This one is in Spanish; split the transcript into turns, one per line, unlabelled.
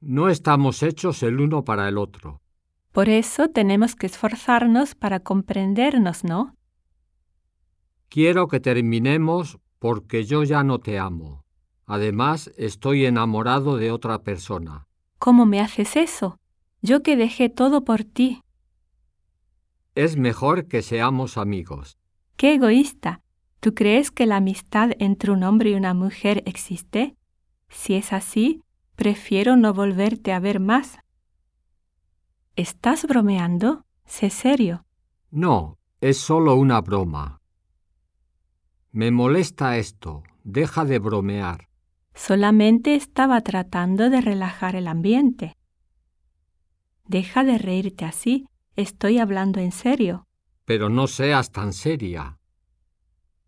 No estamos hechos el uno para el otro.
Por eso tenemos que esforzarnos para comprendernos, ¿no?
Quiero que terminemos porque yo ya no te amo. Además, estoy enamorado de otra persona.
¿Cómo me haces eso? Yo que dejé todo por ti.
Es mejor que seamos amigos.
¡Qué egoísta! ¿Tú crees que la amistad entre un hombre y una mujer existe? Si es así, prefiero no volverte a ver más. ¿Estás bromeando? Sé serio.
No, es solo una broma. Me molesta esto. Deja de bromear.
Solamente estaba tratando de relajar el ambiente. Deja de reírte así. Estoy hablando en serio.
Pero no seas tan seria.